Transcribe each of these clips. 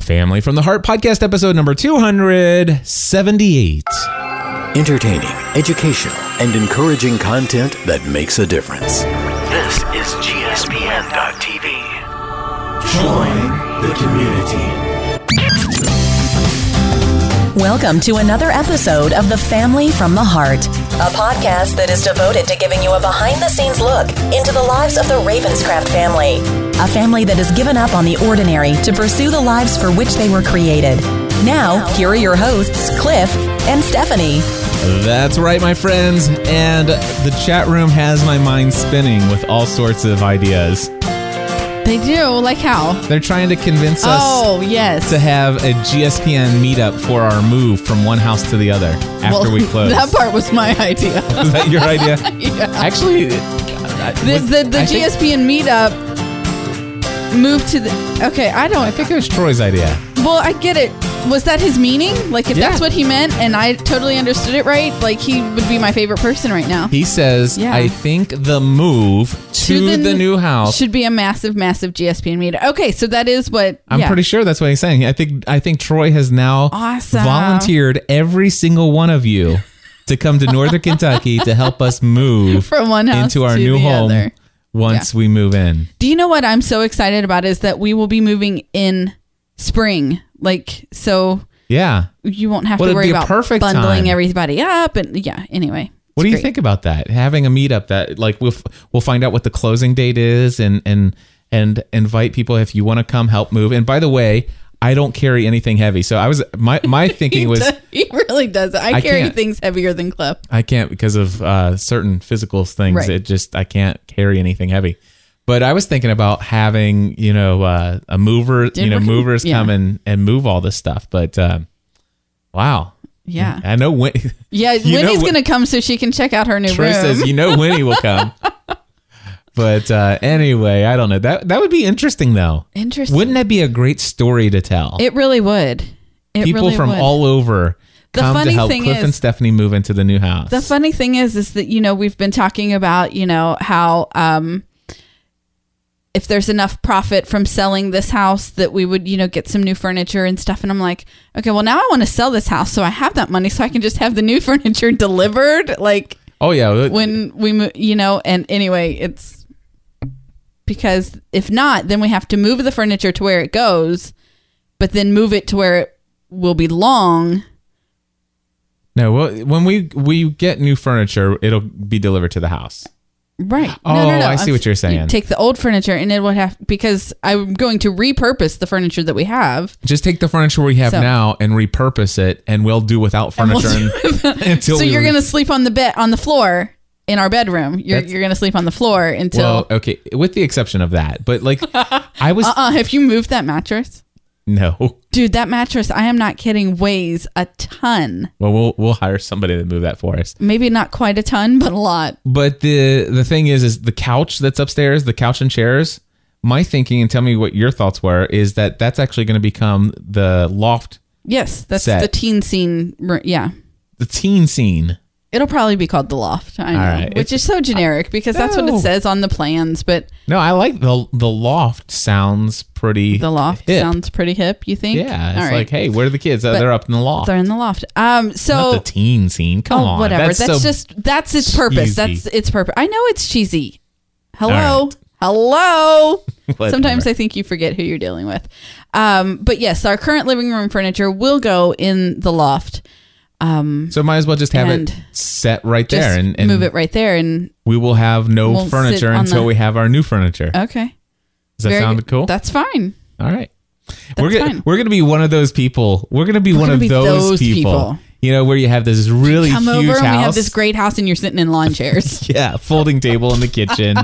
Family from the Heart podcast episode number 278. Entertaining, educational, and encouraging content that makes a difference. This is GSPN.TV. Welcome to another episode of The Family from the Heart, a podcast that is devoted to giving you a behind the scenes look into the lives of the Ravenscraft family, a family that has given up on the ordinary to pursue the lives for which they were created. Now, here are your hosts, Cliff and Stephanie. That's right, my friends. And the chat room has my mind spinning with all sorts of ideas. They do. Like how? They're trying to convince us oh, yes. to have a GSPN meetup for our move from one house to the other after Well, we close. That part was my idea. Is that your idea? yeah. Actually, uh, The, the, the I think- GSPN meetup moved to the. Okay, I I don't. think it was Troy's idea. Well, I get it. Was that his meaning? Like, if Yeah. that's what he meant and I totally understood it right, like, he would be my favorite person right now. He says, Yeah. I think the move to, the, n- new house. Should be a massive, massive GSPN meetup. Okay, so that is what. I'm yeah. pretty sure that's what he's saying. I think I think Troy has now Awesome. volunteered every single one of you to come to Northern Kentucky to help us move From one house into our to new the home other. once we move in. Do you know what I'm so excited about is that we will be moving in spring. Like, so Yeah. you won't have Well, to it'd worry be a about perfect bundling time. everybody up and yeah anyway What do it's you great. think about that? Having a meetup that like we'll f- we'll find out what the closing date is and and and invite people if you want to come help move. And by the way, I don't carry anything heavy, so I was my my thinking was he really does i, I carry can't. things heavier than Cliff. I can't because of uh, certain physical things. Right. It just I can't carry anything heavy. But I was thinking about having you know uh, a mover, you know we- movers yeah. come and and move all this stuff. But um, wow, yeah I know when. yeah You know winnie's what- gonna come so she can check out her new Troy room says you know Winnie will come. But uh, anyway, I don't know that that would be interesting though. interesting Wouldn't that be a great story to tell? it really would it People really from would. all over The come to funny help thing Cliff and is- Stephanie move into the new house. The funny thing is, is that you know we've been talking about you know how um, if there's enough profit from selling this house that we would you know get some new furniture and stuff, and I'm like, okay, well now I want to sell this house, so I have that money, so I can just have the new furniture delivered, like oh yeah, when we move, you know. And anyway, it's because if not, then we have to move the furniture to where it goes, but then move it to where it will belong. No, well, when we we get new furniture, it'll be delivered to the house. Right. Oh, I see what you're saying. You take the old furniture and it would have because I'm going to repurpose the furniture that we have. Just take the furniture we have So- now and repurpose it, and we'll do without we'll furniture and- until so we you're re- gonna sleep on the bed on the floor in our bedroom. You're That's- you're gonna sleep on the floor until Well, okay, with the exception of that, but like I was uh-uh, have you moved that mattress? no. Dude, that mattress, I am not kidding, weighs a ton. Well, we'll we'll hire somebody to move that for us. Maybe not quite a ton, but a lot. But the the thing is, is the couch that's upstairs, the couch and chairs. My thinking, and tell me what your thoughts were, is that that's actually going to become the loft, Yes, that's Set. the teen scene. r- Yeah. the teen scene. It'll probably be called the loft, I know, right. which is so generic because that's what No. it says on the plans. But No, I like the the loft. Sounds pretty. the loft hip. sounds pretty hip. You think? Yeah, it's All right. like, hey, where are the kids? Uh, But they're up in the loft. They're in the loft. Um, Not the so teen scene. Come oh, on, whatever. That's, so- just that's its cheesy. purpose. That's its purpose. I know it's cheesy. All Hello, hello. Whatever. Sometimes I think you forget who you're dealing with. Um, but yes, our current living room furniture will go in the loft. so. Might as well just have it And- set right Just there, and, and move it right there. And We will have no We'll sit furniture on until the- we have our new furniture. okay, Does that Very sound good. cool? That's fine. All right. we're that's gonna fine. we're gonna be one of those people. We're gonna be one gonna of be those, those people, people. You know, where you have this really Come huge over house. and we have this great house, and you're sitting in lawn chairs. yeah, folding table in the kitchen.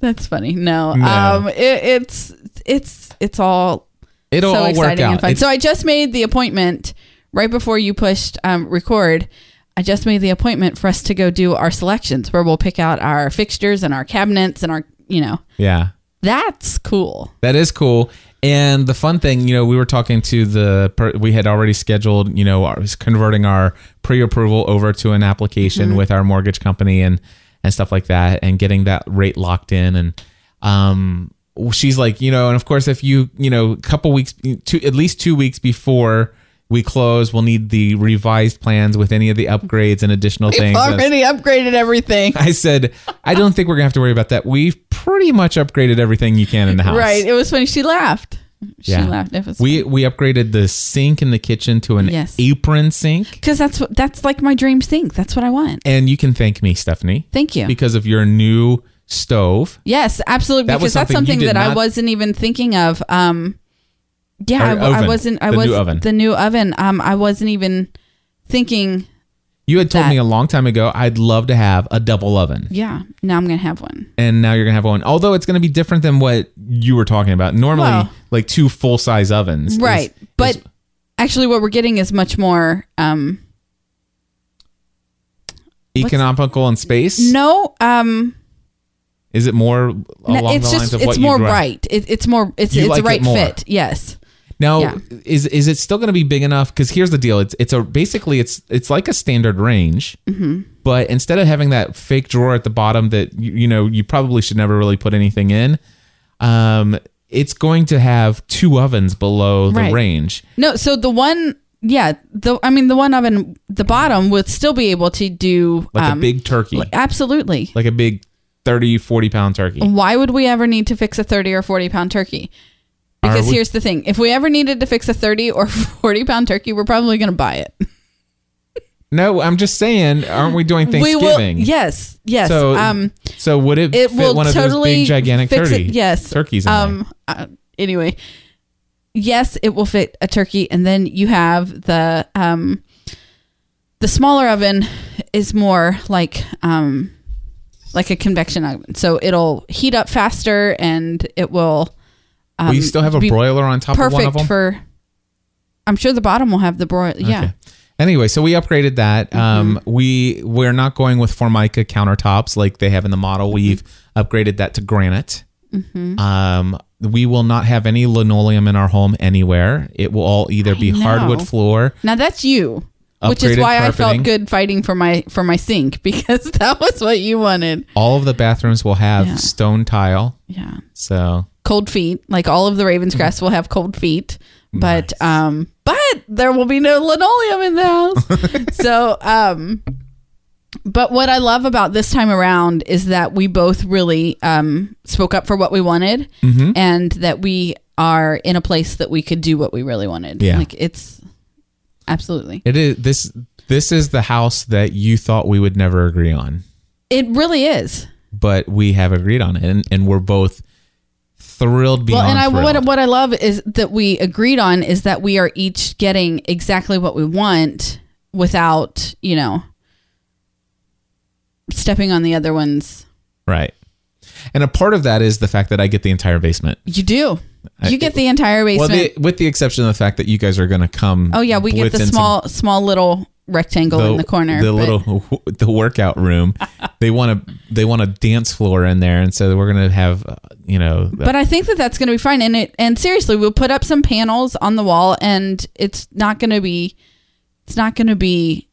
that's funny. No, No. um, it, it's it's it's all It'll all work and out. fun. It's- So I just made the appointment right before you pushed um, record. I just made the appointment for us to go do our selections where we'll pick out our fixtures and our cabinets and our, you know, yeah. that's cool. That is cool. And the fun thing, you know, we were talking to the per- we had already scheduled, you know, our, was converting our pre-approval over to an application Mm-hmm. with our mortgage company and and stuff like that, and getting that rate locked in. And um, she's like, you know, and of course, if you, you know, a couple weeks, two, at least two weeks before we close, we'll need the revised plans with any of the upgrades and additional We've things. And already upgraded everything. I said, I don't think we're gonna have to worry about that. We've pretty much upgraded everything you can in the house. Right. It was funny. She laughed. She Yeah. laughed. It was We we upgraded the sink in the kitchen to an Yes. apron sink, because that's what that's like my dream sink. That's what I want. and you can thank me, Stephanie, Thank you. because of your new stove. yes, absolutely. That because was that's something you did something that I not- wasn't even thinking of. Um, yeah, Or I, w- I oven. wasn't. I The new was oven. the new oven. Um, I wasn't even thinking. You had told That- me a long time ago I'd love to have a double oven. Yeah, now I'm gonna have one. and now you're gonna have one. Although it's gonna be different than what you were talking about. Normally, Well- like two full size ovens, is- right, is- but actually, what we're getting is much more. Um, economical in space. no. Um, is it more along no, the it's lines just of it's what more you'd rather- right. It, it's more it's You it's like a it right more. fit. Yes. Now, Yeah. is is it still gonna be big enough? Because here's the deal: it's it's a basically it's it's like a standard range, Mm-hmm. but instead of having that fake drawer at the bottom that you, you know you probably should never really put anything in, um, it's going to have two ovens below Right. the range. No, so the one, yeah, the I mean the one oven, the bottom would still be able to do Like um, a big turkey, li- absolutely. like a big 30, 40 pound turkey. Why would we ever need to fix a thirty or forty pound turkey? Are Because we- here's the thing: if we ever needed to fix a thirty or forty pound turkey, we're probably going to buy it. No, I'm just saying, aren't we doing We will. Thanksgiving? Yes. Yes. So, um, so would it, it fit will one totally of those big gigantic fix turkey, It. Yes. turkeys? In there? um. uh, anyway, yes, it will fit a turkey, and then you have the um. The smaller oven is more like um, like a convection oven, so it'll heat up faster, and it will. Um, Will you still have a be broiler on top of one of Perfect them? for. I'm sure the bottom will have the broil. Yeah. Okay. Anyway, so we upgraded that. Mm-hmm. Um, we we're not going with Formica countertops like they have in the model. Mm-hmm. We've upgraded that to granite. Um, we will not have any linoleum in our home anywhere. It will all either be know. hardwood floor. Now that's you, which is Upgraded why I carpeting. felt good fighting for my for my sink because that was what you wanted. All of the bathrooms will have Yeah. stone tile. Yeah. So cold feet. Like all of the Ravenscrest will have cold feet, but um, but there will be no linoleum in the house. so um, but what I love about this time around is that we both really um spoke up for what we wanted, and that we are in a place that we could do what we really wanted. Yeah. like it's absolutely. It is this this is the house that you thought we would never agree on, It really is. but we have agreed on it and, and we're both thrilled beyond Well, and I thrilled. what what I love is that we agreed on is that we are each getting exactly what we want without you know stepping on the other one's. right. And a part of that is the fact that I get the entire basement. You do. I- You get the entire Well, basement. the, with the exception of the fact that you guys are going to come. oh yeah, we get blitz the in some- small small little rectangle in the corner. the but- little the workout room. they want to they want a dance floor in there, and so we're going to have uh, you know. the- But I think that that's going to be fine. And it and seriously, we'll put up some panels on the wall, and it's not going to be it's not going to be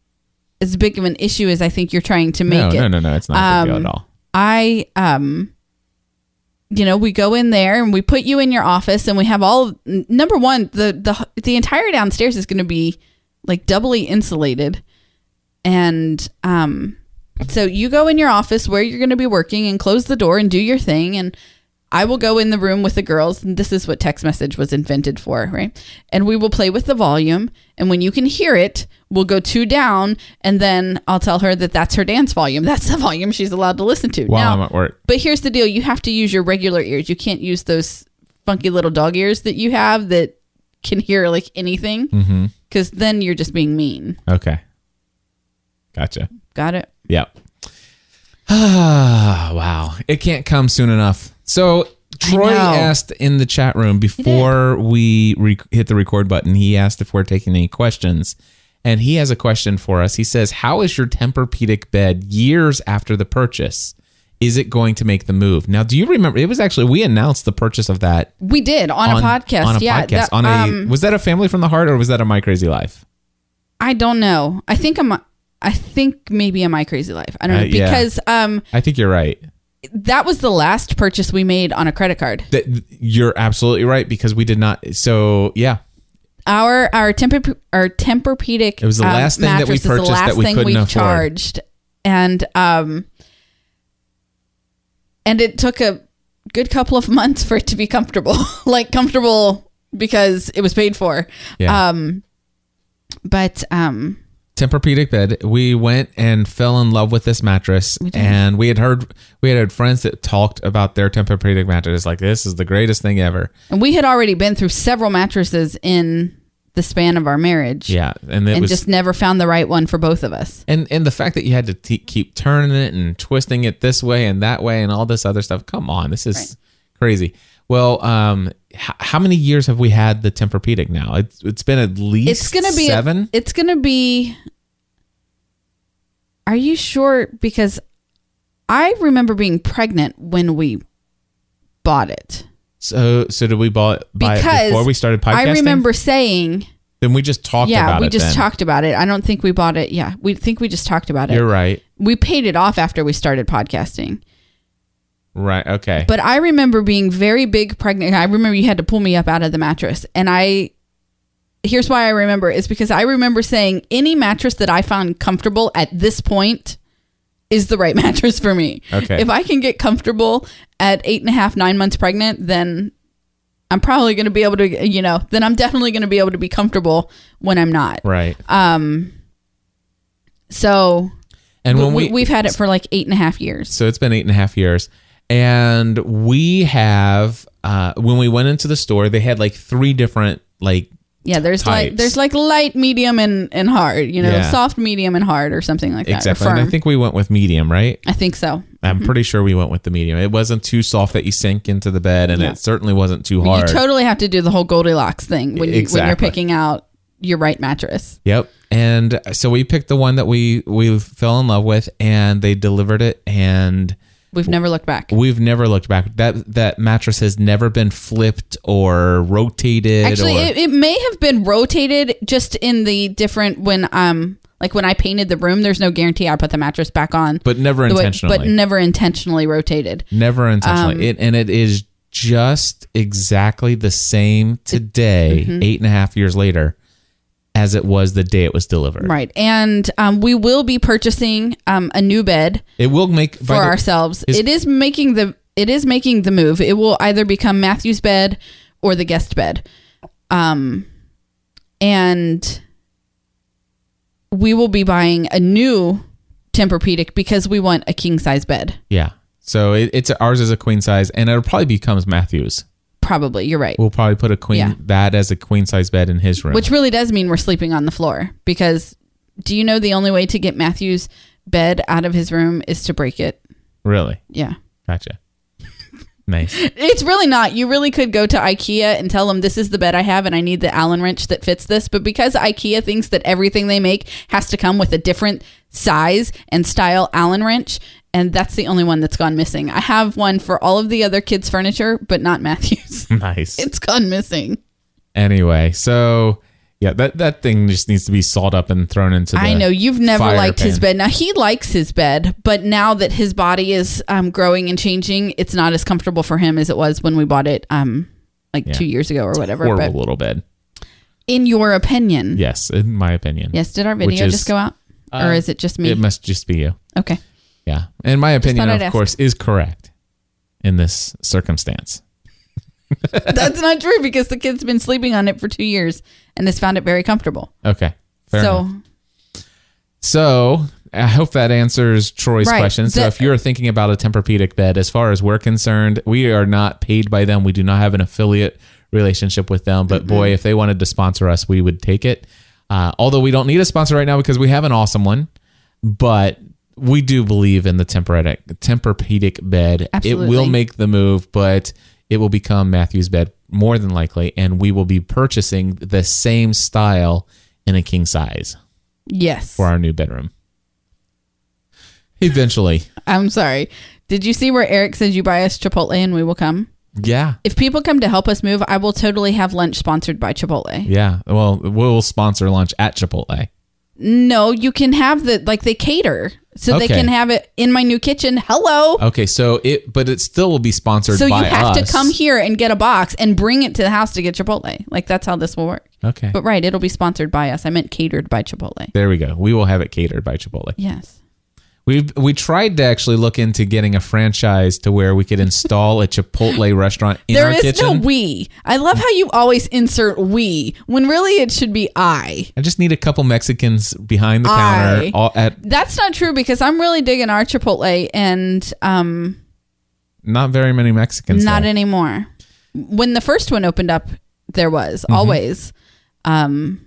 as big of an issue as I think you're trying to make no, it. no, no, no, it's not a big deal Um, at all. I um you know, we go in there and we put you in your office and we have all n- number 1 the the the entire downstairs is going to be like doubly insulated. And um so you go in your office where you're going to be working and close the door and do your thing and I will go in the room with the girls and this is what text message was invented for, right? And we will play with the volume and when you can hear it, we'll go two down and then I'll tell her that that's her dance volume. That's the volume she's allowed to listen to. While Now- I'm at work, but here's the deal: you have to use your regular ears. You can't use those funky little dog ears that you have that can hear like anything, Mm-hmm. because then you're just being mean. okay, gotcha. Got it? Yep. Ah, wow. It can't come soon enough. So Troy know. asked in the chat room before we re- hit the record button, he asked if we're taking any questions. And he has a question for us. He says, How is your Tempur-Pedic bed years after the purchase? Is it going to make the move? Now, do you remember? It was actually, we announced the purchase of that We did on, a podcast. On a yeah, podcast. that- on a, um, was that a Family from the Heart or was that a My Crazy Life? I don't know. I think I'm. I think maybe am I crazy life? I don't Uh, know yeah. because um I think you're right. that was the last purchase we made on a credit card. That you're absolutely right because we did not. So yeah, Our our temper our Tempur-Pedic It was the um, last thing that we mattress is the purchased last that we thing couldn't we afford. charged, and um, and it took a good couple of months for it to be comfortable, like comfortable because it was paid for. yeah. Um, but um, Tempur-Pedic bed. We went and fell in love with this mattress, and we had heard we had had friends that talked about their Tempur-Pedic mattress like this is the greatest thing ever. and we had already been through several mattresses in the span of our marriage, Yeah, and it and was just never found the right one for both of us. and and the fact that you had to t- keep turning it and twisting it this way and that way and all this other stuff. Come on, this is crazy. Well, um, h- how many years have we had the Tempur-Pedic now? It's it's been at least it's gonna be seven. It's gonna be. Are you sure? Because I remember being pregnant when we bought it. so so did we buy, buy Because it before we started podcasting? I remember saying, Then we just talked "Yeah, about we it. just then. talked about it." I don't think we bought it. Yeah, we think we just talked about it. You're right. We paid it off after we started podcasting. Right. Okay. But I remember being very big pregnant. I remember you had to pull me up out of the mattress. And I, here's why I remember is because I remember saying, any mattress that I found comfortable at this point is the right mattress for me. Okay. If I can get comfortable at eight and a half, nine months pregnant, then I'm probably going to be able to, you know, then I'm definitely going to be able to be comfortable when I'm not. right. So and when we, we, we've had it for like eight and a half years. so it's been eight and a half years, and we have uh when we went into the store, they had like three different like Yeah, there's like types. there's like light, medium, and and hard. You know, Yeah. soft, medium, and hard, or something like that. or exactly. firm. Mm-hmm. And I think we went with medium, right? I think so. I'm pretty sure we went with the medium. It wasn't too soft that you sink into the bed, and Yeah. it certainly wasn't too hard. You totally have to do the whole Goldilocks thing when you, when you're Exactly. picking out your right mattress. Yep. And so we picked the one that we we fell in love with, and they delivered it, and We've never looked back. we've never looked back. That that mattress has never been flipped or rotated. Actually, or, it, it may have been rotated just in the different when um like when I painted the room. There's no guarantee I put the mattress back on, but never the way- intentionally. but never intentionally rotated. never intentionally. Um, it and it is just exactly the same today, Mm-hmm. eight and a half years later, as it was the day it was delivered. Right, and um, we will be purchasing um, a new bed. It will make by for the- ourselves. is- it is making the it is making the move. It will either become Matthew's bed or the guest bed. Um and we will be buying a new Tempur-Pedic because we want a king size bed. Yeah. So it, it's ours is a queen size, and it'll probably becomes Matthew's. Probably, you're right. We'll probably put a queen Yeah. that as a queen size bed in his room. Which really does mean we're sleeping on the floor because do you know the only way to get Matthew's bed out of his room is to break it? really? Yeah. Gotcha. nice. It's really not. You really could go to IKEA and tell them this is the bed I have and I need the Allen wrench that fits this. But because IKEA thinks that everything they make has to come with a different size and style Allen wrench, and that's the only one that's gone missing. I have one for all of the other kids' furniture, but not Matthew's. Nice. it's gone missing. anyway, so yeah, that that thing just needs to be sawed up and thrown into. The I know you've never fire liked his pan. bed. Now he likes his bed, but now that his body is um, growing and changing, it's not as comfortable for him as it was when we bought it um, like Yeah. two years ago or whatever. Horrible but- little bed. in your opinion. Yes, in my opinion. Yes, did our Which video is- just go out? Uh, or is it just me? It must just be you. okay. Yeah. And my opinion, thought of I'd ask. course, is correct in this circumstance. That's not true because the kid's been sleeping on it for two years and has found it very comfortable. Okay. Fair so enough. So I hope that answers Troy's Right. question. So The- if you're thinking about a Tempur-Pedic bed, as far as we're concerned, we are not paid by them. We do not have an affiliate relationship with them. But boy, if they wanted to sponsor us, we would take it. Uh, although we don't need a sponsor right now because we have an awesome one. But we do believe in the Tempur-Pedic, Tempur-Pedic bed. It will Absolutely. make the move, but it will become Matthew's bed more than likely. And we will be purchasing the same style in a king size yes. for our new bedroom. Eventually. I'm sorry. Did you see where Eric says you buy us Chipotle and we will come? Yeah. If people come to help us move, I will totally have lunch sponsored by Chipotle. Yeah. Well, we'll sponsor lunch at Chipotle. No, you can have the like they cater. so they Okay. can have it in my new kitchen. Hello. Okay, so it, but it still will be sponsored. so you by have us. to come here and get a box and bring it to the house to get Chipotle. Like that's how this will work. Okay, But right, it'll be sponsored by us. I meant catered by Chipotle. there we go. We will have it catered by Chipotle. Yes. We we tried to actually look into getting a franchise to where we could install a Chipotle restaurant in there our is kitchen. no we. I love how you always insert we when really it should be I. I just need a couple Mexicans behind the I- counter. All at That's not true because I'm really digging our Chipotle and um not very many Mexicans. not though. anymore. When the first one opened up, there was Mm-hmm. always um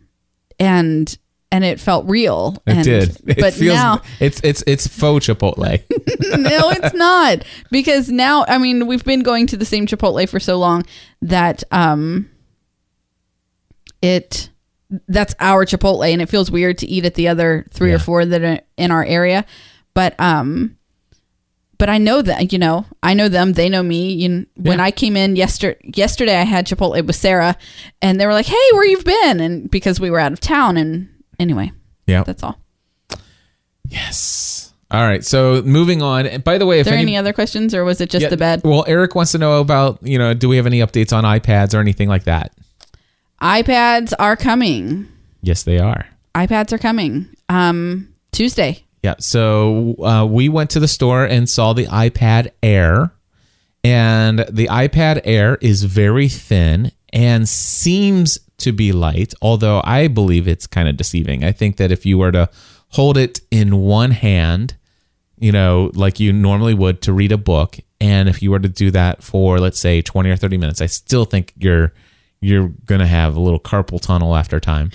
and and it felt real. It and, did. It but feels now it's it's it's faux Chipotle. no, it's not because now I mean we've been going to the same Chipotle for so long that um it that's our Chipotle and it feels weird to eat at the other three or Yeah. four that are in our area, but um but I know that you know I know them they know me you kn- when Yeah. I came in yesterday yesterday I had Chipotle with Sarah and they were like hey where you've been and because we were out of town and anyway yeah. that's all. Yes. All right. So moving on. And by the way, if Are there any, any other questions or was it just yeah, the bed? Well, Eric wants to know about you know do we have any updates on iPads or anything like that? iPads are coming. Yes, they are. iPads are coming. Um, Tuesday. Yeah. So uh, we went to the store and saw the iPad Air, and the iPad Air is very thin and seems to be light, although I believe it's kind of deceiving. I think that if you were to hold it in one hand, you know, like you normally would to read a book, and if you were to do that for let's say 20 or 30 minutes, I still think you're you're going to have a little carpal tunnel after time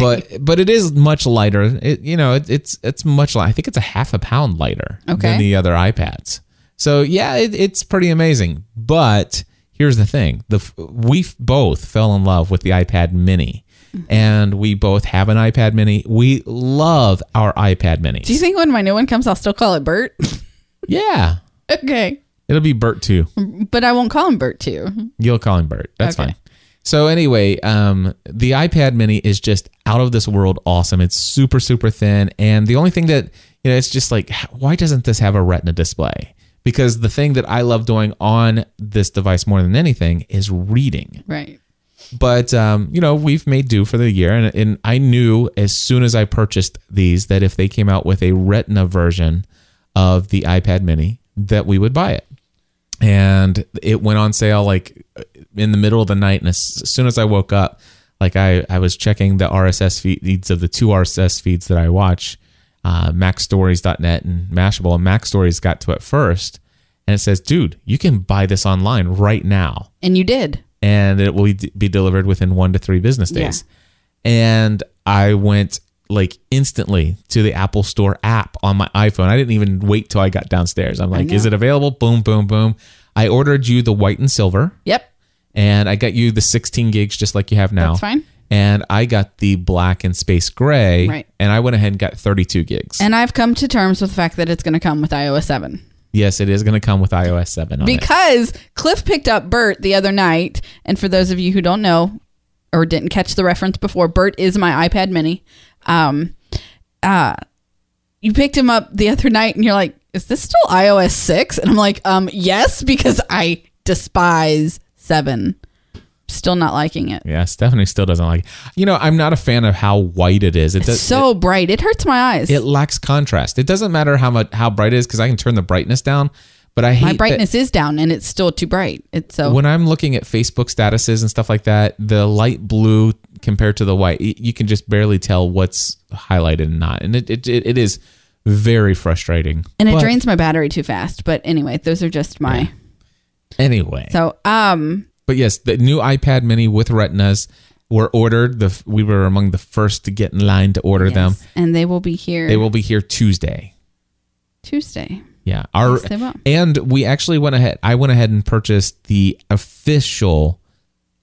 but but it is much lighter. It you know it, it's it's much light. I think it's a half a pound lighter Okay. than the other iPads. So yeah, it, it's pretty amazing. But here's the thing: the f- we f- both fell in love with the iPad Mini, Mm-hmm. and we both have an iPad Mini. We love our iPad Mini. Do you think when my new one comes, I'll still call it Bert? Yeah, okay. it'll be Bert too. But I won't call him Bert too. You'll call him Bert. That's Okay. fine. So anyway, um, the iPad Mini is just out of this world awesome. It's super super thin, and the only thing that you know, it's just like, h- why doesn't this have a Retina display? Because the thing that I love doing on this device more than anything is reading. Right. But um, you know, we've made do for the year, and, and I knew as soon as I purchased these that if they came out with a Retina version of the iPad Mini, that we would buy it and it went on sale like uh, in the middle of the night and as soon as i woke up like i, I was checking the rss feeds of the two rss feeds that i watch uh, macstories.net and mashable and macstories got to it first and it says dude you can buy this online right now And you did. and it will be- be delivered within one to three business days. And I went like instantly to the Apple Store app on my iPhone. I didn't even wait till I got downstairs. I'm like, is it available? Boom, boom, boom. I ordered you the white and silver, Yep. and I got you the 16 gigs just like you have now. That's fine. And I got the black and space gray, Right. and I went ahead and got 32 gigs. And I've come to terms with the fact that it's going to come with iOS 7. yes, it is going to come with iOS 7 on it. Because Cliff picked up Bert the other night. And for those of you who don't know or didn't catch the reference before, Bert is my iPad mini. Um, uh, you picked him up the other night and you're like, is this still iOS 6? And I'm like, um, yes, because I despise 7. Still not liking it. Yeah, Stephanie still doesn't like. It. You know, I'm not a fan of how white it is. It does, so bright. It hurts my eyes. it lacks contrast. It doesn't matter how much how bright it is because I can turn the brightness down. But I hate my that brightness is down and it's still too bright. It's so when I'm looking at Facebook statuses and stuff like that. The light blue compared to the white, y- you can just barely tell what's highlighted and not, and it it, it, it is very frustrating. and it But drains my battery too fast. But anyway, those are just my anyway. So, um, But yes, the new iPad Mini with Retinas were ordered. The f- we were among the first to get in line to order them. yes, and they will be here They will be here Tuesday. Tuesday. Yeah. Our Yes, they will. and we actually went ahead. I went ahead and purchased the official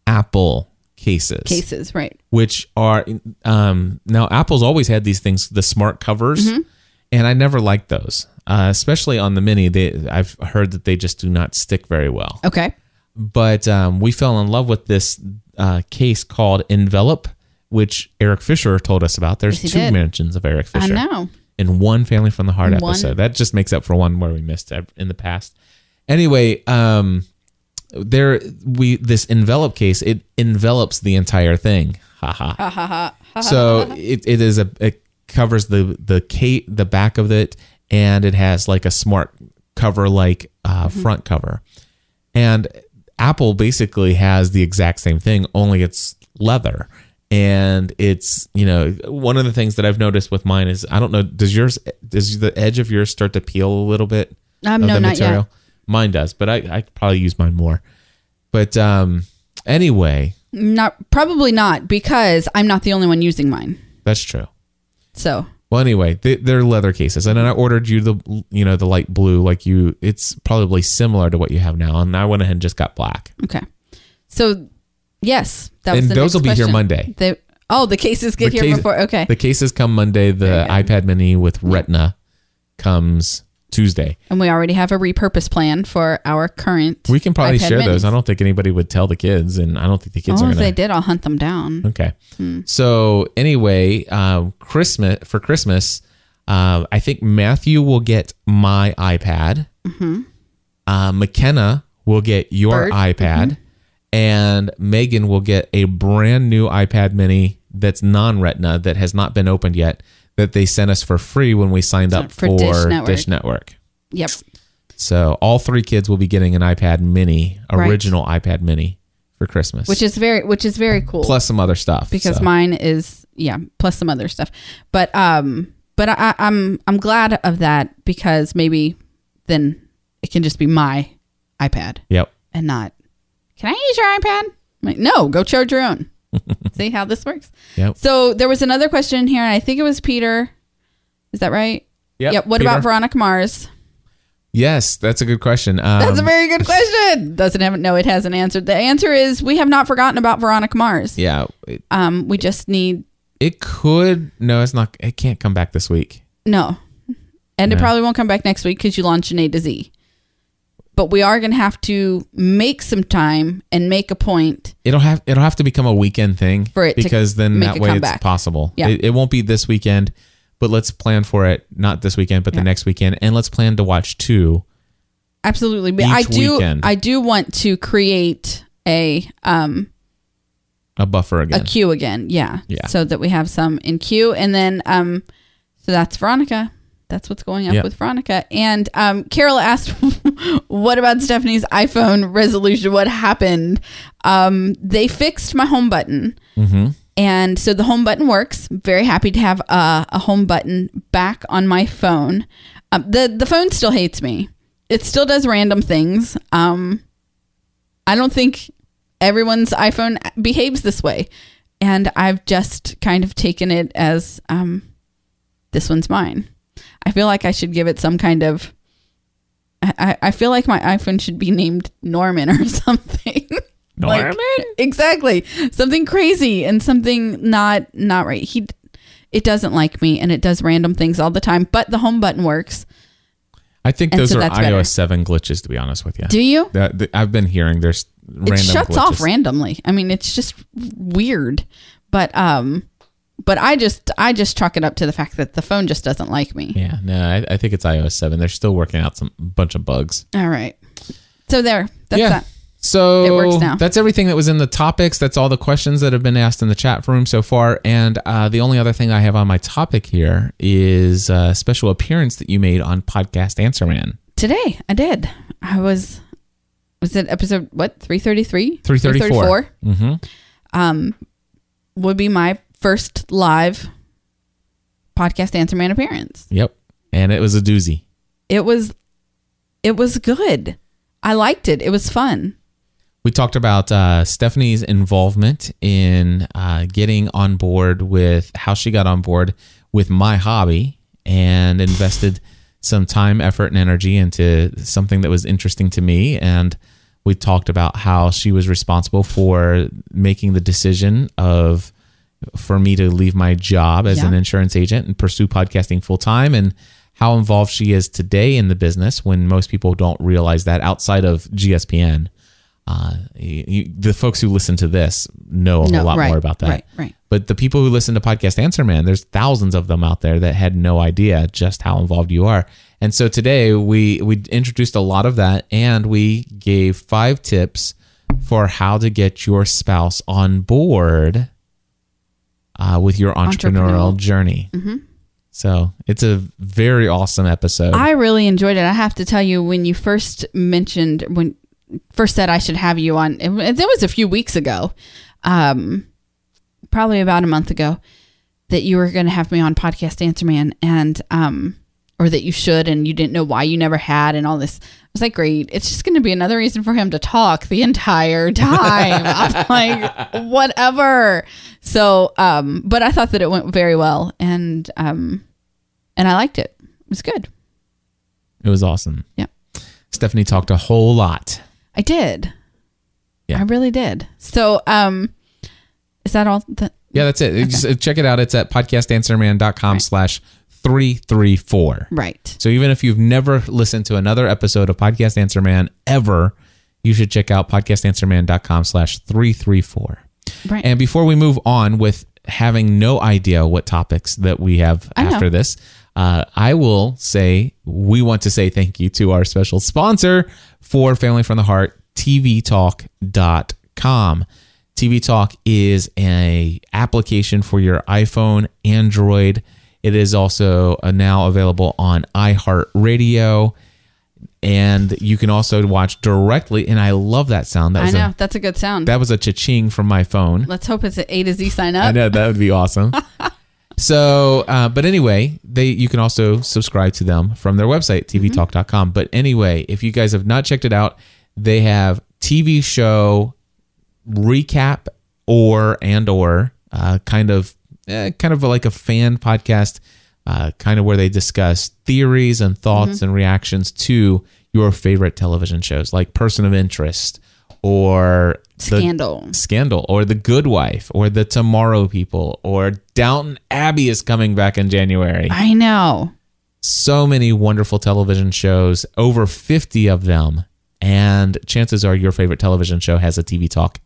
Apple cases, Cases, right? which are um, now Apple's always had these things, the smart covers, Mm-hmm. and I never liked those, uh, especially on the Mini. They I've heard that they just do not stick very well. Okay. But um, we fell in love with this uh, case called Envelope, which Eric Fisher told us about. There's Yes, two he did. mentions of Eric Fisher. I know. in one Family from the Heart One. episode. That just makes up for one where we missed ev- in the past. Anyway, um, there we this envelop case it envelops the entire thing. Ha ha so it, it is a it covers the the case the back of it and it has like a smart cover like uh, Mm-hmm. front cover and apple basically has the exact same thing only it's leather and it's you know one of the things that i've noticed with mine is i don't know does yours does the edge of yours start to peel a little bit Um, of no, the not yet. mine does but i i could probably use mine more but um anyway Not probably not because I'm not the only one using mine. that's true So Well, anyway, they, they're leather cases, and then I ordered you the you know the light blue, like you. It's probably similar to what you have now, and I went ahead and just got black. okay, so yes, that was And the those next will be here question. Monday. They, oh, the cases get The here case- before. Okay, The cases come Monday. The iPad Mini with Retina comes Tuesday. and we already have a repurpose plan for our current. We can probably iPad share those. minis. I don't think anybody would tell the kids, and I don't think the kids Oh, are if gonna. they did, I'll hunt them down. Okay. Hmm. So anyway, um, Christmas for Christmas, uh, I think Matthew will get my iPad. Mm-hmm. Uh, McKenna will get your Bert. iPad, Mm-hmm. and Megan will get a brand new iPad Mini that's non-Retina that has not been opened yet. That they sent us for free when we signed up for, For Dish Dish Network. Network. Yep. So all three kids will be getting an iPad Mini, Right. original iPad Mini, for Christmas, Which is very which is very cool. plus some other stuff because so. mine is yeah plus some other stuff but um but I, i'm i'm glad of that because maybe then it can just be my ipad Yep. and not can i use your ipad I'm like, no go charge your own see how this works Yep. so there was another question in here and i think it was peter is that right Yep, what Peter. about veronica mars Yes, that's a good question. Um, that's a very good question doesn't have no it hasn't answered the answer is we have not forgotten about veronica mars yeah. It, um we just need it could. No, it's not. It can't come back this week. No. And it No. probably won't come back next week because you launched an A to Z. But we are going to have to make some time and make a point. It'll have. It'll have to become a weekend thing For it to because then make that a way comeback. it's possible. Yeah. It, it won't be this weekend, but let's plan for it. Not this weekend, but the next weekend, and let's plan to watch two. Absolutely. But Each I do weekend. I do want to create a um A buffer a again. queue again. Yeah. Yeah. So that we have some in queue and then um so that's Veronica. That's what's going up Yeah. with Veronica. And um Carol asked what about Stephanie's iPhone resolution? What happened? Um they fixed my home button. Mm-hmm. And so the home button works. Very happy to have a, a home button back on my phone. Um, the the phone still hates me. It still does random things. Um, I don't think everyone's iPhone behaves this way, and I've just kind of taken it as um, this one's mine. I feel like I should give it some kind of. I- I, I feel like my iPhone should be named Norman or something. Like, exactly. Something crazy and something not not right. He it doesn't like me and it does random things all the time, but the home button works. I think And those so are iOS that's better. seven glitches. To be honest with you. Do you? That- that- I've been hearing there's random. It shuts off glitches. randomly. I mean, it's just weird. But um but I just I just chalk it up to the fact that the phone just doesn't like me. Yeah. No, I, I think it's iOS seven. They're still working out some bunch of bugs. All right. So there. That's that. So It works now. that's everything that was in the topics. That's all the questions that have been asked in the chat room so far. And uh, the only other thing I have on my topic here is a special appearance that you made on Podcast Answer Man. Today I did. I was was it episode what? 333? 334. Mm-hmm. would be my first live podcast answer man appearance. Yep. And it was a doozy. It was it was good. I liked it. It was fun. We talked about uh, Stephanie's involvement in uh, getting on board with how she got on board with my hobby and invested some time, effort, and energy into something that was interesting to me. And we talked about how she was responsible for making the decision of for me to leave my job as Yeah. an insurance agent and pursue podcasting full time and how involved she is today in the business when most people don't realize that outside of GSPN. Uh, you, you, the folks who listen to this know a whole No, lot right, more about that. right, right. But the people who listen to Podcast Answer Man, there's thousands of them out there that had no idea just how involved you are. And so today we we introduced a lot of that and we gave five tips for how to get your spouse on board uh, with your entrepreneurial, Entrepreneurial. Mm-hmm. journey. So it's a very awesome episode. I really enjoyed it. I have to tell you, when you first mentioned when first said I should have you on, it, wa- it was a few weeks ago, um, probably about a month ago, that you were going to have me on podcast Answer Man, and um, or that you should, and you didn't know why you never had, and all this. I was like, great. It's just going to be another reason for him to talk the entire time. I'm like, whatever. So, um, but I thought that it went very well, and um, and I liked it. It was good. it was awesome. Yeah, Stephanie talked a whole lot. I did. Yeah. I really did. So, um, is that all? The, Yeah, that's it. Just, uh, check it out. It's at podcastanswerman.com slash 334. right. So even if you've never listened to another episode of Podcast Answer Man ever, you should check out podcastanswerman.com slash 334. Right. And before we move on with having no idea what topics that we have I know. after this, uh, I will say we want to say thank you to our special sponsor for Family from the Heart, TVTalk.com. TV Talk is a application for your iPhone, Android. It is also uh, now available on iHeartRadio. And you can also watch directly. And I love that sound. That I was know. a That's a good sound. that was a cha-ching from my phone. Let's hope it's an A to Z sign up. I know that would be awesome. so, uh, but anyway, they you can also subscribe to them from their website Mm-hmm. tvtalk.com. But anyway, if you guys have not checked it out, they have TV show recap or and or uh, kind of eh, kind of like a fan podcast, uh, kind of where they discuss theories and thoughts Mm-hmm. and reactions to your favorite television shows like Person of Interest or the- Scandal. Scandal or The Good Wife or The Tomorrow People or Downton Abbey is coming back in January. I know. So many wonderful television shows, over 50 of them. And chances are your favorite television show has a TV talk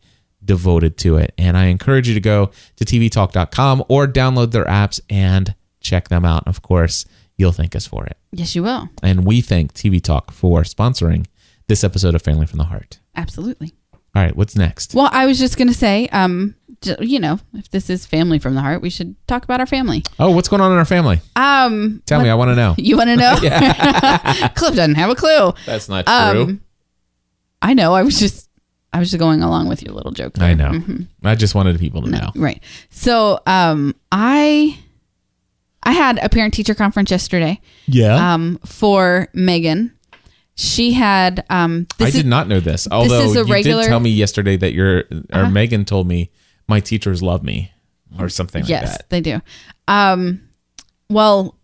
devoted to it. And I encourage you to go to tvtalk.com or download their apps and check them out. Of course, you'll thank us for it. Yes, you will. And we thank TV Talk for sponsoring this episode of Family from the Heart. Absolutely. All right, what's next? Well, I was just going to say, um, j- you know, if this is family from the heart, we should talk about our family. Oh, what's going on in our family? Um, Tell me, I want to know. you want to know? Cliff doesn't have a clue. That's not Um, I know. I was just, I was just going along with your little joke. I there. know. mm-hmm. I just wanted people to know. Right. So um I I had a parent teacher conference yesterday Yeah. um for Megan. She had um I this did is, not know this. Although is a you regular- Uh-huh. did tell me yesterday that your or Megan told me my teachers love me or something yes, like that. they do. Um well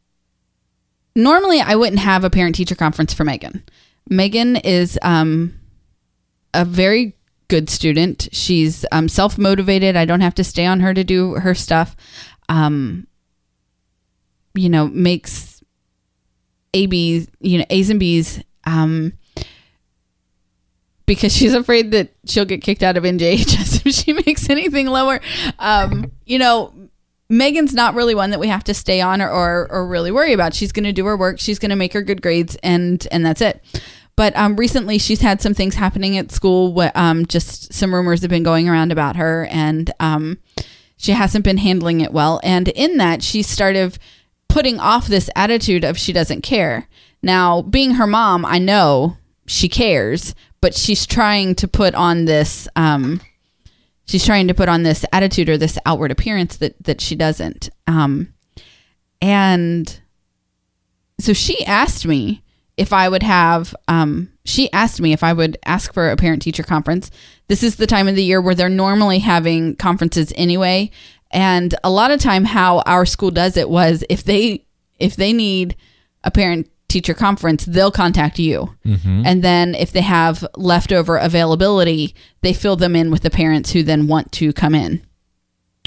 normally I wouldn't have a parent teacher conference for Megan. Megan is um a very good student. She's um self motivated. I don't have to stay on her to do her stuff. Um you know, makes A B's, you know, A's and B's, um, because she's afraid that she'll get kicked out of NJHS if she makes anything lower. Um, you know, Megan's not really one that we have to stay on or or, or really worry about. She's going to do her work. She's going to make her good grades, and and that's it. But um, recently, she's had some things happening at school. What um, just some rumors have been going around about her, and um, she hasn't been handling it well. And in that, she's sort of putting off this attitude of she doesn't care. Now, being her mom, I know she cares, but she's trying to put on this. Um, she's trying to put on this attitude or this outward appearance that that she doesn't. Um, and so she asked me if I would have um she asked me if I would ask for a parent teacher conference. This is the time of the year where they're normally having conferences anyway, and a lot of time how our school does it was if they if they need a parent teacher conference, they'll contact you. And then if they have leftover availability, they fill them in with the parents who then want to come in.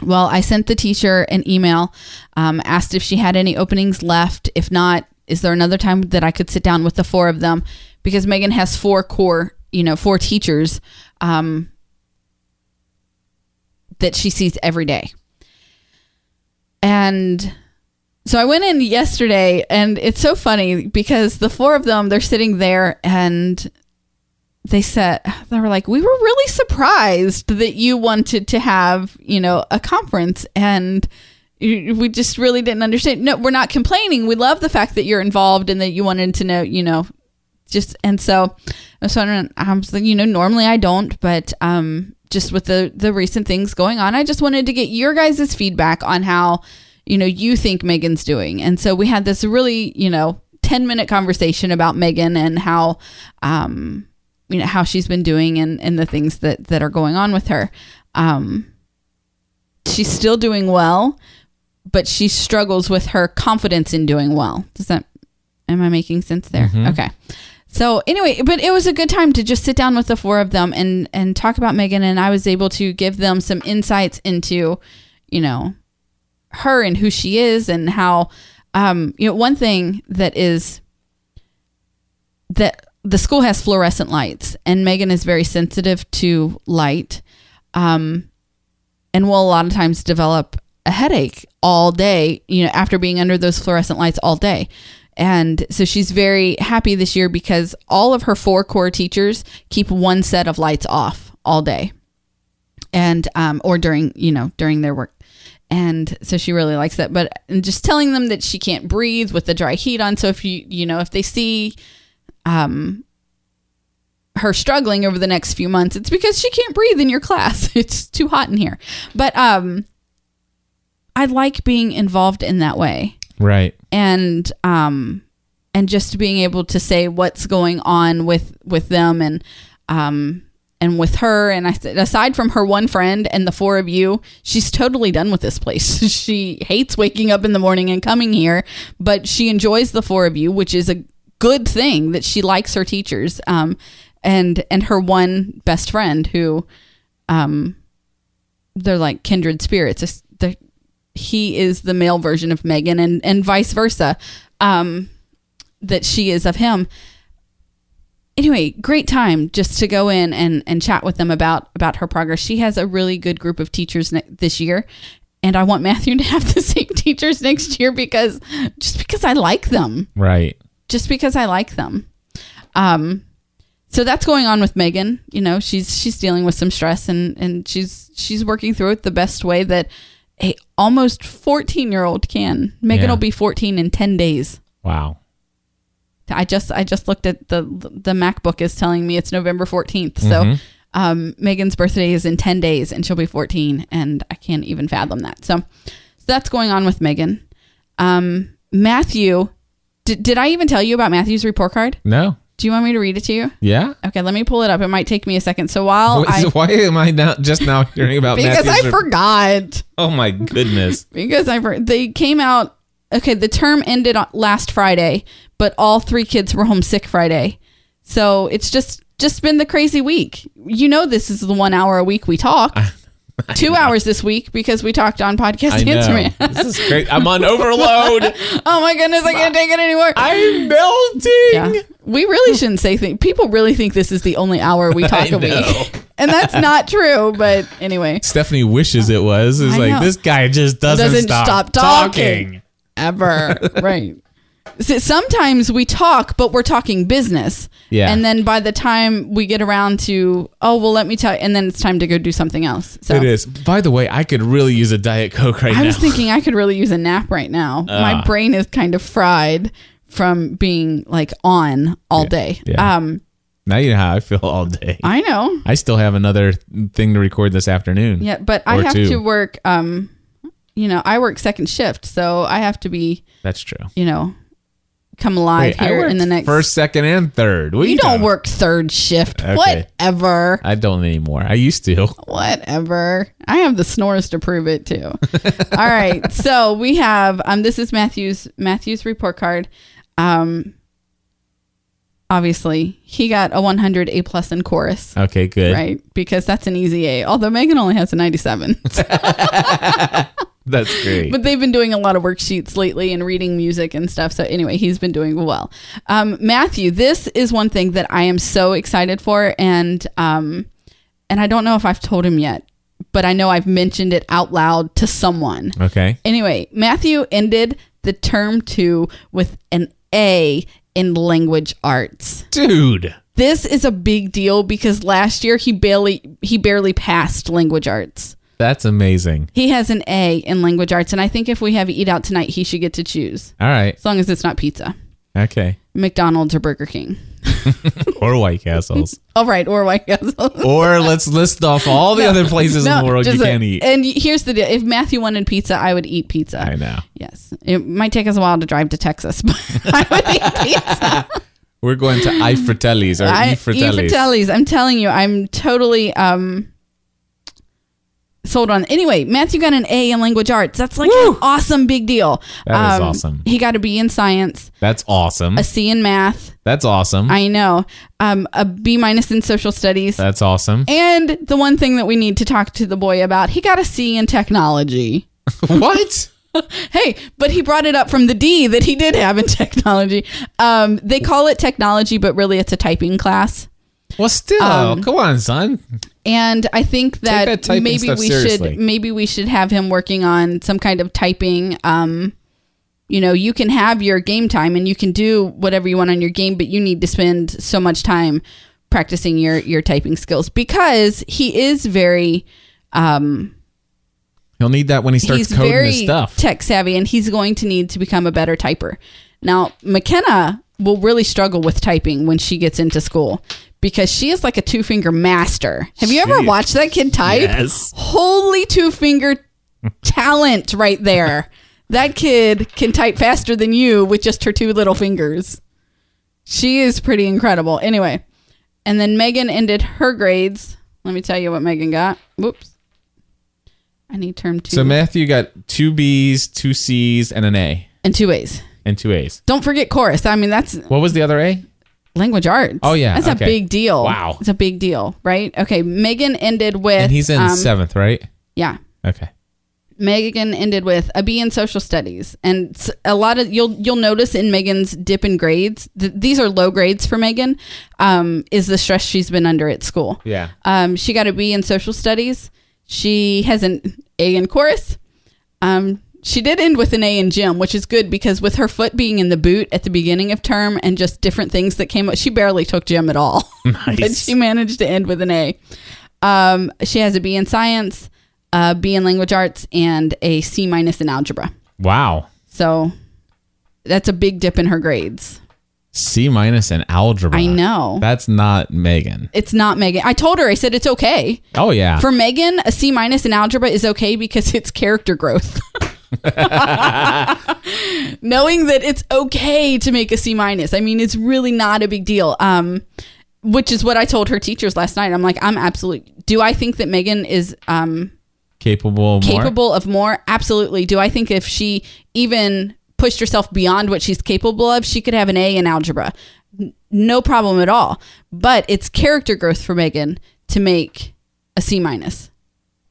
Well, I sent the teacher an email, um, asked if she had any openings left. If not, is there another time that I could sit down with the four of them? Because Megan has four core, you know, four teachers um, that she sees every day. and so I went in yesterday, and it's so funny because the four of them they're sitting there, and they said they were like, "We were really surprised that you wanted to have you know a conference, and you- we just really didn't understand. No, we're not complaining. We love the fact that you're involved and that you wanted to know, you know." Just and so, so I'm- I'm, you know, normally I don't, but um, just with the the recent things going on, I just wanted to get your guys' feedback on how you know, you think Megan's doing. And so we had this really, you know, 10 minute conversation about Megan and how, um, you know, how she's been doing and, and the things that, that are going on with her. Um, she's still doing well, but she struggles with her confidence in doing well. Does that, am I making sense there? Okay. So anyway, but it was a good time to just sit down with the four of them and, and talk about Megan. And I was able to give them some insights into, you know, her and who she is and how um you know one thing that is that the school has fluorescent lights and Megan is very sensitive to light um and will a lot of times develop a headache all day you know after being under those fluorescent lights all day and so she's very happy this year because all of her four core teachers keep one set of lights off all day and um, or during you know during their work and so she really likes that but and just telling them that she can't breathe with the dry heat on so if you you know if they see um her struggling over the next few months it's because she can't breathe in your class it's too hot in here but um i like being involved in that way Right. and um and just being able to say what's going on with with them and um and with her and I said aside from her one friend and the four of you she's totally done with this place she hates waking up in the morning and coming here but she enjoys the four of you which is a good thing that she likes her teachers um and and her one best friend who um they're like kindred spirits It's- they're he is the male version of Megan and and vice versa um that she is of him anyway great time just to go in and and chat with them about about her progress she has a really good group of teachers ne- this year and I want Matthew to have the same teachers next year because just because I like them Right. just because I like them um so that's going on with Megan. You know, she's she's dealing with some stress and and she's she's working through it the best way that a almost 14 year old can. Megan Yeah. will be 14 in 10 days. Wow. I just I just looked at the the MacBook is telling me it's November 14th. So um, Megan's birthday is in 10 days and she'll be 14 and I can't even fathom that. So, so that's going on with Megan. Um, Matthew, did, did I even tell you about Matthew's report card? No. Do you want me to read it to you? Yeah. Okay, let me pull it up. It might take me a second. So while Why- I, Why am I now just now hearing about because I Matthew's- forgot, Oh my goodness. because I for- they came out. Okay, the term ended on last Friday, but all three kids were homesick Friday, so it's just just been the crazy week. You know, this is the one hour a week we talk. Two hours this week because we talked on podcast I know. Instagram. this is great. I'm on overload. oh my goodness, I can't take it anymore. I'm melting. Yeah. We really shouldn't say things. People really think this is the only hour we talk a know. week. And that's not true, but anyway. Stephanie wishes it was. Is I like know. this guy just doesn't, Doesn't stop talking. talking. ever. right. So sometimes we talk, but we're talking business. Yeah. And then by the time we get around to, oh, well, let me tell you, and then it's time to go do something else. So It is. By the way, I could really use a diet coke right I now. was thinking I could really use a nap right now. Uh. My brain is kind of fried from being like on all day. yeah. Um, now you know how I feel all day. I, I know. still have another thing to record this afternoon. Yeah. But I Or have two. to work, um, you know, I work second shift. So I have to be, That's true. you know, come alive I here in worked the next. first, second, and third. What are you don't talking- work third shift. Okay. Whatever. I don't anymore. I used to. Whatever. I have the snores to prove it too. All right. So we have um this is Matthew's Matthew's report card. Um obviously he got a 100 A plus in chorus. Okay, good. Right, because that's an easy A. Although Megan only has a 97, That's great. but they've been doing a lot of worksheets lately and reading music and stuff. So anyway, he's been doing well. Um, Matthew, this is one thing that I am so excited for, and um, and I don't know if I've told him yet, but I know I've mentioned it out loud to someone. Okay. Anyway, Matthew ended the term two with an A in language arts. Dude. This is a big deal because last year he barely he barely passed language arts. That's amazing. He has an A in language arts, and I think if we have Eat Out tonight, he should get to choose, All right. as long as it's not pizza, Okay. McDonald's, or Burger King. Or White Castles. All right, or White Castle. or let's list off all the other places in the world you just a- can eat. And y- here's the deal: if Matthew wanted pizza, I would eat pizza. I know. Yes, it might take us a while to drive to Texas, but I would eat pizza. We're going to I Fratelli's or I E eat Fratelli's. Fratellis. I'm telling you, I'm totally um sold on. Anyway, Matthew got an A in language arts. That's like an awesome big deal. Um, That is awesome. He got a B in science, That's awesome. a C in math. That's awesome. I know. Um, a B minus in social studies. That's awesome. and the one thing that we need to talk to the boy about, he got a C in technology. what? Hey, but he brought it up from the D that he did have in technology. Um, they call it technology, but really it's a typing class. Well, still, Um, come on, son. And I think that that, typing maybe stuff we seriously. should maybe we should have him working on some kind of typing. Um, you know, you can have your game time and you can do whatever you want on your game, but you need to spend so much time practicing your your typing skills because he is very He'll need that when he starts he's coding very his stuff. tech savvy and he's going to need to become a better typer. Now, McKenna will really struggle with typing when she gets into school because she is like a two finger master. Have you ever watched that kid type? Yes. Holy two finger talent right there. That kid can type faster than you with just her two little fingers. She is pretty incredible. Anyway, and then Megan ended her grades. Let me tell you what Megan got. Whoops. I need term two. so Matthew got two B's, two C's, and an A, in two ways. and two A's. Don't forget chorus. I mean, that's What was the other A? language arts. Oh, yeah. that's Okay. a big deal. Wow. it's a big deal, right? Okay, Megan ended with. And he's in um, seventh, right? Yeah, Okay. Megan ended with a B in social studies, and s- a lot of you'll you'll notice in Megan's dip in grades. Th- these are low grades for Megan. Um, is the stress she's been under at school? Yeah. Um, she got a B in social studies. She has an A in chorus. Um, she did end with an A in gym, which is good because with her foot being in the boot at the beginning of term and just different things that came up, she barely took gym at all. but she managed to end with an A. Um, she has a B in science, a B in language arts, and a C minus in algebra. Wow. So that's a big dip in her grades. C minus in algebra. I know. That's not Megan. It's not Megan. I told her, I said, it's okay. Oh yeah. For Megan, a C minus in algebra is okay because it's character growth. Knowing that it's okay to make a C minus. I mean, it's really not a big deal. Um, which is what I told her teachers last night. I'm like, I'm absolutely. Do I think that Megan is um, capable. More? capable of more? Absolutely. Do I think if she even pushed herself beyond what she's capable of, she could have an A in algebra? N- No problem at all. But it's character growth for Megan to make a C minus.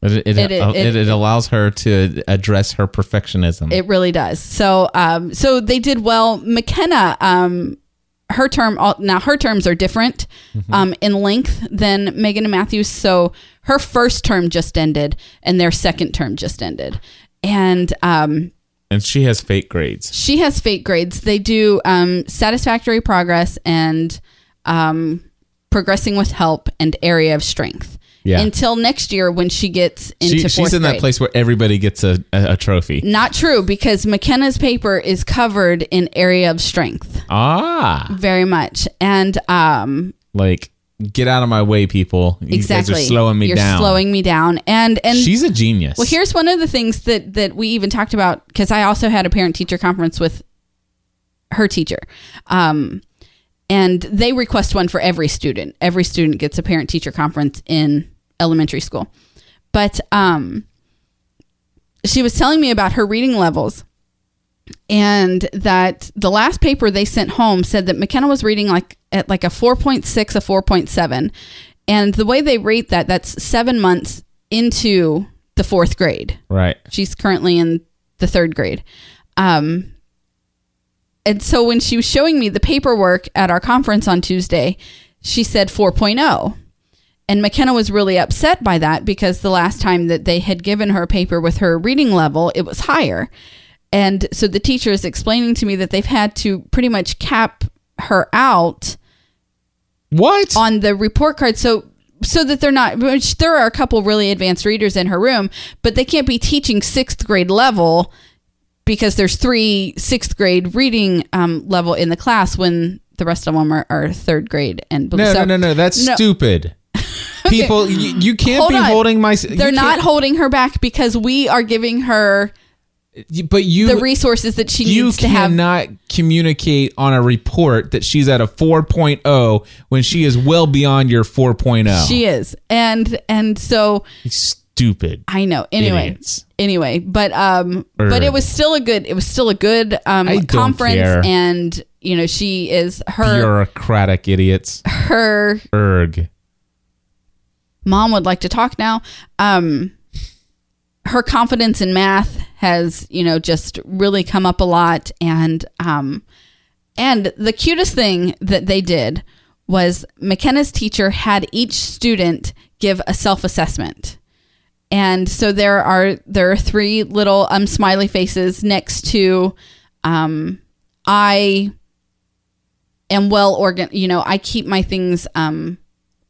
It it, it, It- it- it, it- allows her to address her perfectionism. It really does. So, um, so they did well. McKenna, um, her term all- now her terms are different Mm-hmm. um, in length than Megan and Matthews. So her first term just ended, and their second term just ended, and um, and she has fake grades. she has fake grades. They do um, satisfactory progress and um, progressing with help and area of strength. Yeah. Until next year, when she gets into She, fourth she's in that grade. place where everybody gets a, a, a trophy. Not true because McKenna's paper is covered in area of strength Ah, very much. And um like get out of my way, people! You exactly. guys are slowing me You're down. slowing me down. And and She's a genius. well here's one of the things that that we even talked about cuz I also had a parent teacher conference with her teacher. Um and they request one for every student. Every student gets a parent teacher conference in elementary school. But um she was telling me about her reading levels and that the last paper they sent home said that McKenna was reading like at like a 4.6 a 4.7 and the way they rate that that's 7 months into the 4th grade right? she's currently in the 3rd grade um and so when she was showing me the paperwork at our conference on Tuesday she said 4.0 oh. And McKenna was really upset by that because the last time that they had given her a paper with her reading level, it was higher. And so the teacher is explaining to me that they've had to pretty much cap her out What? on the report card so so that they're not which there are a couple really advanced readers in her room but they can't be teaching sixth grade level because there's three sixth grade reading um, level in the class when the rest of them are, are third grade and no, so- no, no, no. That's stupid. People, you, you can't Hold be on. holding my. you they're can't- not holding her back because we are giving her you- But you, the resources that she you needs to have cannot communicate on a report that she's at a 4.0 when she is well beyond your oh. 4.0. she is and and so stupid. I know. Anyway, Idiots. anyway, but um, but it was still a good. It was still a good um I don't conference, care. and you know she is her Bureaucratic idiots. her Erg. mom would like to talk now. Um, her confidence in math has you know just really come up a lot, and um, and the cutest thing that they did was McKenna's teacher had each student give a self assessment. and so there are there are three little um smiley faces next to um i am well organ you know i keep my things um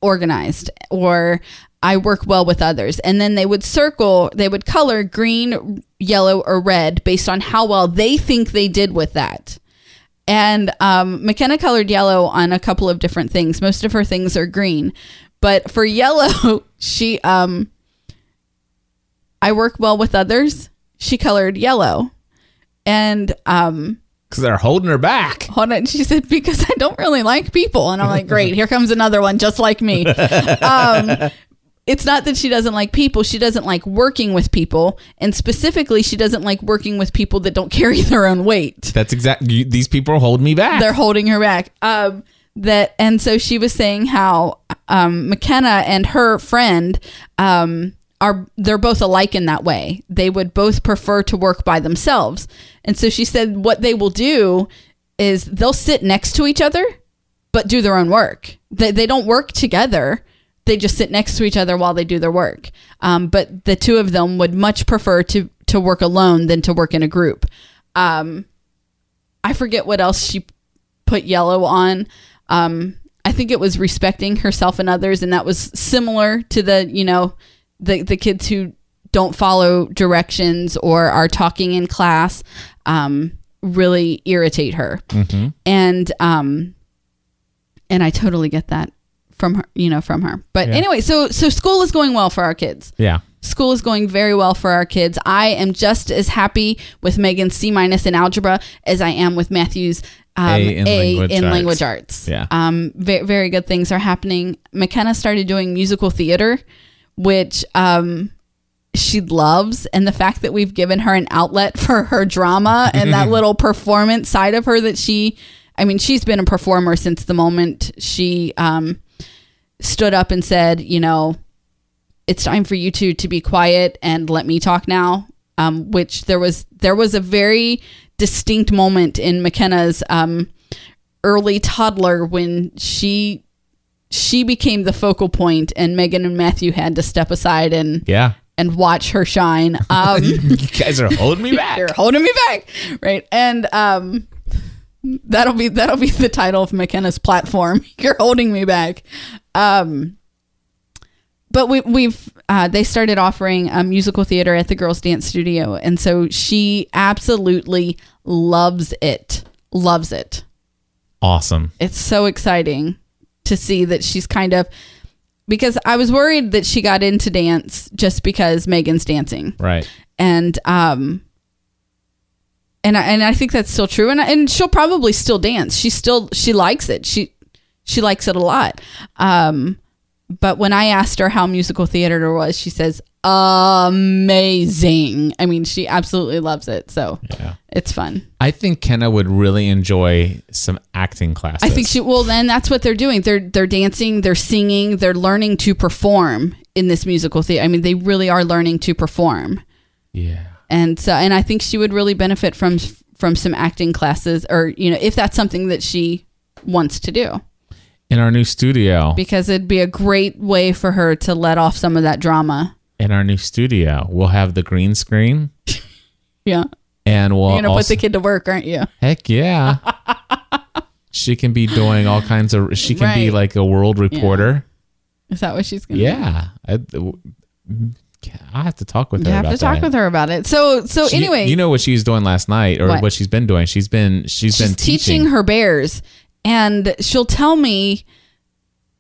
organized or i work well with others and then they would circle they would color green yellow or red based on how well they think they did with that and um, McKenna colored yellow on a couple of different things. Most of her things are green, but for yellow, she um, I work well with others. She colored yellow. And um Because they're holding her back. hold on, she said, because I don't really like people. And I'm like, great, here comes another one just like me. Um it's not that she doesn't like people, she doesn't like working with people. And specifically, she doesn't like working with people that don't carry their own weight. That's exactly. These people hold me back. They're holding her back. Um, that and so she was saying how um, McKenna and her friend um, are they're both alike in that way. They would both prefer to work by themselves. And so she said what they will do is they'll sit next to each other but do their own work. They, they don't work together. They just sit next to each other while they do their work. Um, but the two of them would much prefer to to work alone than to work in a group. Um, I forget what else she put yellow on. Um, I think it was respecting herself and others, and that was similar to the you know the the kids who don't follow directions or are talking in class um, really irritate her, and um, and I totally get that from her, you know, from her. But anyway, so so school is going well for our kids yeah. school is going very well for our kids. I am just as happy with Megan's C minus in algebra as I am with Matthew's um, A in language arts. language arts. Yeah. Um, very, very good things are happening. McKenna started doing musical theater, which um, she loves. And the fact that we've given her an outlet for her drama and that little performance side of her that she, I mean, she's been a performer since the moment she um, stood up and said, you know, it's time for you two to be quiet and let me talk now. Um, which there was there was a very distinct moment in McKenna's um, early toddler when she she became the focal point and Megan and Matthew had to step aside and Yeah. and watch her shine. Um, You guys are holding me back. you're holding me back, right? And um, that'll be that'll be the title of McKenna's platform. You're holding me back. Um, but we, we've uh, they started offering um, musical theater at the girls' dance studio, and so she absolutely loves it. Loves it Awesome. it's so exciting to see that she's kind of because I was worried that she got into dance just because Megan's dancing Right. and um and I, and I think that's still true and I, and she'll probably still dance. She still she likes it. She she likes it a lot. Um but when I asked her how musical theater was, she says amazing. I mean, she absolutely loves it. So Yeah. it's fun. I think Kenna would really enjoy some acting classes. I think she well then that's what they're doing. They're they're dancing, they're singing, they're learning to perform in this musical theater. I mean, they really are learning to perform. Yeah. And so and I think she would really benefit from from some acting classes or you know, if that's something that she wants to do. in our new studio. because it'd be a great way for her to let off some of that drama. in our new studio, we'll have the green screen, Yeah. and we'll You're going to put also, the kid to work, aren't you? heck yeah. she can be doing all kinds of. She can be Right. like a world reporter. Is that what she's going to Yeah, I, I have to talk with her. You have about to talk that. with her about it. So, so She- anyway, you know what she's doing last night, or what, What? she's been doing. She's been she's, she's been teaching. teaching. her bears and she'll tell me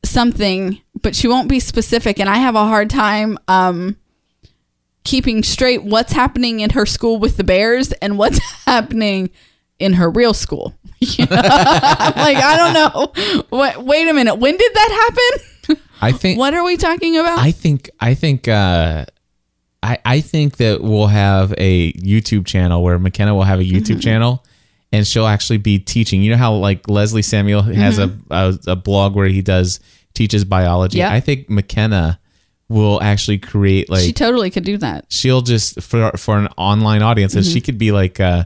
something but she won't be specific and i have a hard time um keeping straight what's happening in her school with the bears and what's happening in her real school You know? I'm like i don't know what wait a minute when did that happen I think what are we talking about I think I think uh, I I think that we'll have a YouTube channel where McKenna will have a YouTube Mm-hmm. channel, and she'll actually be teaching. You know how like Leslie Samuel has a, a a blog where he does teaches biology. Mm-hmm. Yep. I think McKenna will actually create like she totally could do that she'll just for for an online audience and Mm-hmm. she could be like uh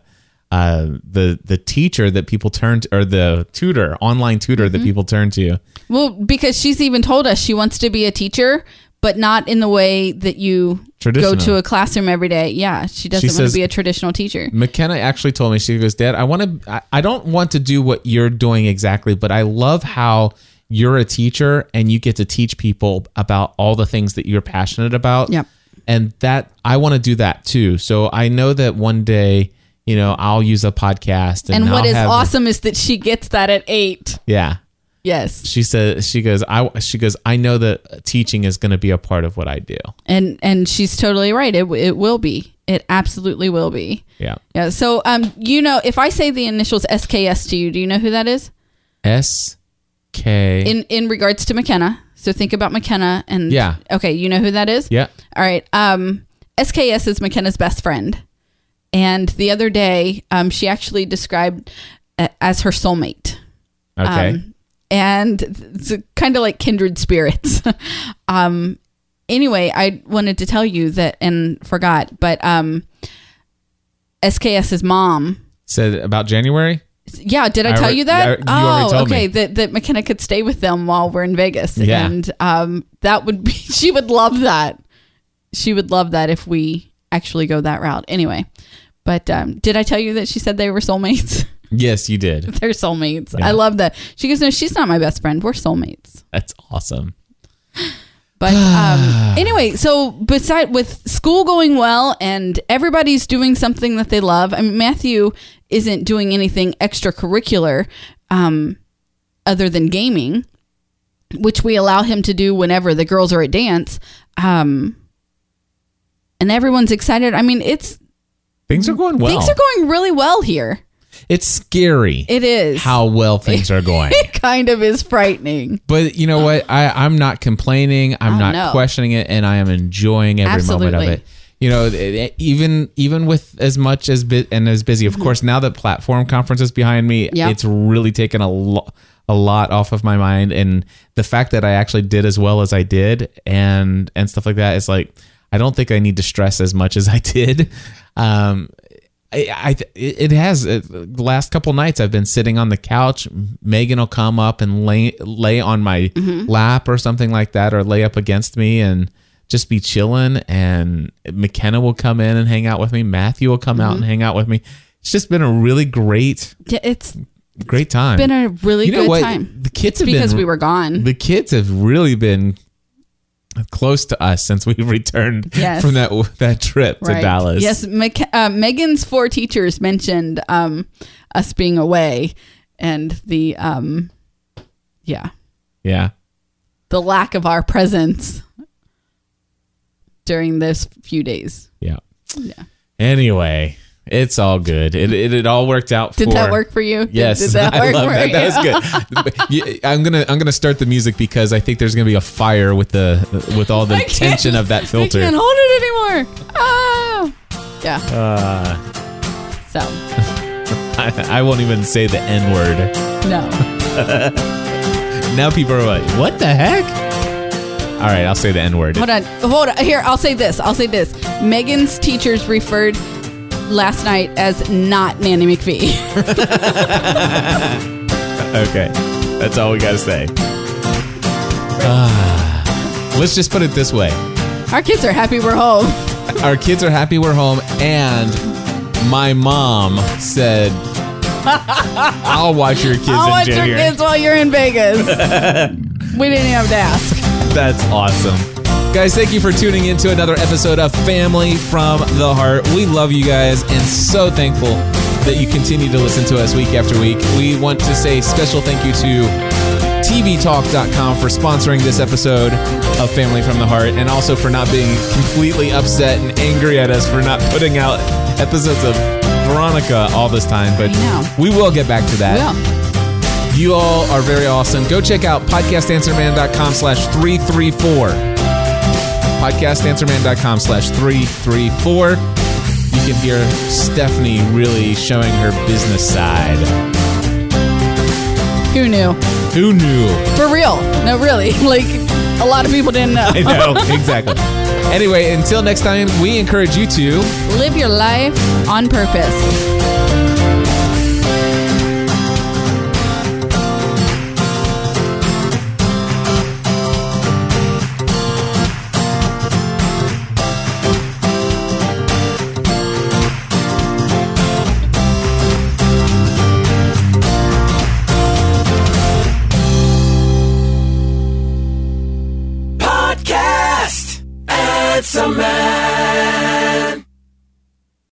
uh the the teacher that people turn to or the tutor online tutor Mm-hmm. that people turn to well because she's even told us she wants to be a teacher but not in the way that you go Traditional. to a classroom every day. Yeah, she doesn't She want says- to be a traditional teacher. mckenna actually told me she goes dad i want to I, I don't want to do what you're doing exactly but i love how you're a teacher and you get to teach people about all the things that you're passionate about Yep. and that i want to do that too so i know that one day you know i'll use a podcast and, And what I'll is have- awesome is that she gets that at eight. yeah Yes, she says she goes i she goes i know that teaching is going to be a part of what i do and and she's totally right. It it will be. It absolutely will be. yeah Yeah. So um, you know, if I say the initials SKS to you, do you know who that is s k in in regards to McKenna? So think about McKenna and Yeah. Okay, you know who that is. yeah All right. Um, SKS is McKenna's best friend. And the other day, um, she actually described uh, as her soulmate. Um, okay and it's kind of like kindred spirits. um, anyway, I wanted to tell you that and forgot, but um, SKS's mom. said about january Yeah, did I, I tell re- you that? yeah, you already oh, told okay. me. That that McKenna could stay with them while we're in Vegas, Yeah. and um, that would be she would love that. She would love that if we actually go that route. Anyway, but um, did I tell you that she said they were soulmates? yes you did They're soulmates. I love that. She goes, no, she's not my best friend. We're soulmates. that's awesome But um, anyway, so beside with school going well and everybody's doing something that they love, I mean, Matthew isn't doing anything extracurricular um, other than gaming, which we allow him to do whenever the girls are at dance. Um, and everyone's excited. I mean, it's things are going well things are going really well here. it's scary It is how well things are going it kind of is frightening. but you know what I, i'm not complaining i'm Oh, not no. questioning it and i am enjoying every moment Absolutely. of it you know th- th- even even with as much as bu- and as busy Mm-hmm. of course now that platform conference is behind me Yeah. it's really taken a lot a lot off of my mind and the fact that i actually did as well as i did and and stuff like that is like i don't think i need to stress as much as i did um I, I th- it has uh, the last couple nights I've been sitting on the couch. Megan will come up and lay lay on my Mm-hmm. lap or something like that, or lay up against me and just be chilling. And McKenna will come in and hang out with me. Matthew will come Mm-hmm. out and hang out with me. It's just been a really great Yeah, It's great time. been a really You know good what? time. The kids have because been- we were gone. the kids have really been close to us since we returned Yes. from that that trip to Right. Dallas. Yes, Mc- uh, Megan's four teachers mentioned um, us being away and the um, yeah, Yeah. the lack of our presence during those few days. Yeah. Anyway, it's all good. It it, it all worked out. Did for, that work for you? Did- Yes, did, that I work love for that. you? That was good. But you- I'm gonna I'm gonna start the music because I think there's gonna be a fire with the with all the I can't- tension of that I filter. can't hold it anymore. Ah, yeah. Uh. so I, I won't even say the N word. no, Now people are like, "What the heck?" All right, I'll say the N word. hold on, hold on. Here, I'll say this. I'll say this. Megan's teachers referred last night as not Nanny McPhee. Okay. That's all we got to say. Ah, let's just put it this way Our kids are happy we're home. our kids are happy we're home, and my mom said, I'll watch your kids I'll in watch your January. kids while you're in Vegas. we didn't have to ask. That's awesome. Guys, thank you for tuning in to another episode of Family from the Heart. We love you guys and so thankful that you continue to listen to us week after week. We want to say special thank you to TVTalk.com for sponsoring this episode of Family from the Heart and also for not being completely upset and angry at us for not putting out episodes of Veronica all this time. But I know. we will get back to that. Well, You all are very awesome. Go check out podcastanswerman.com slash 334. Podcastanswerman.com slash 334. You can hear Stephanie really showing her business side. who knew? Who knew? For real. No, really. Like, a lot of people didn't know. I know, exactly. Anyway, until next time, we encourage you to. Live your life on purpose. Podcast! Answer Man!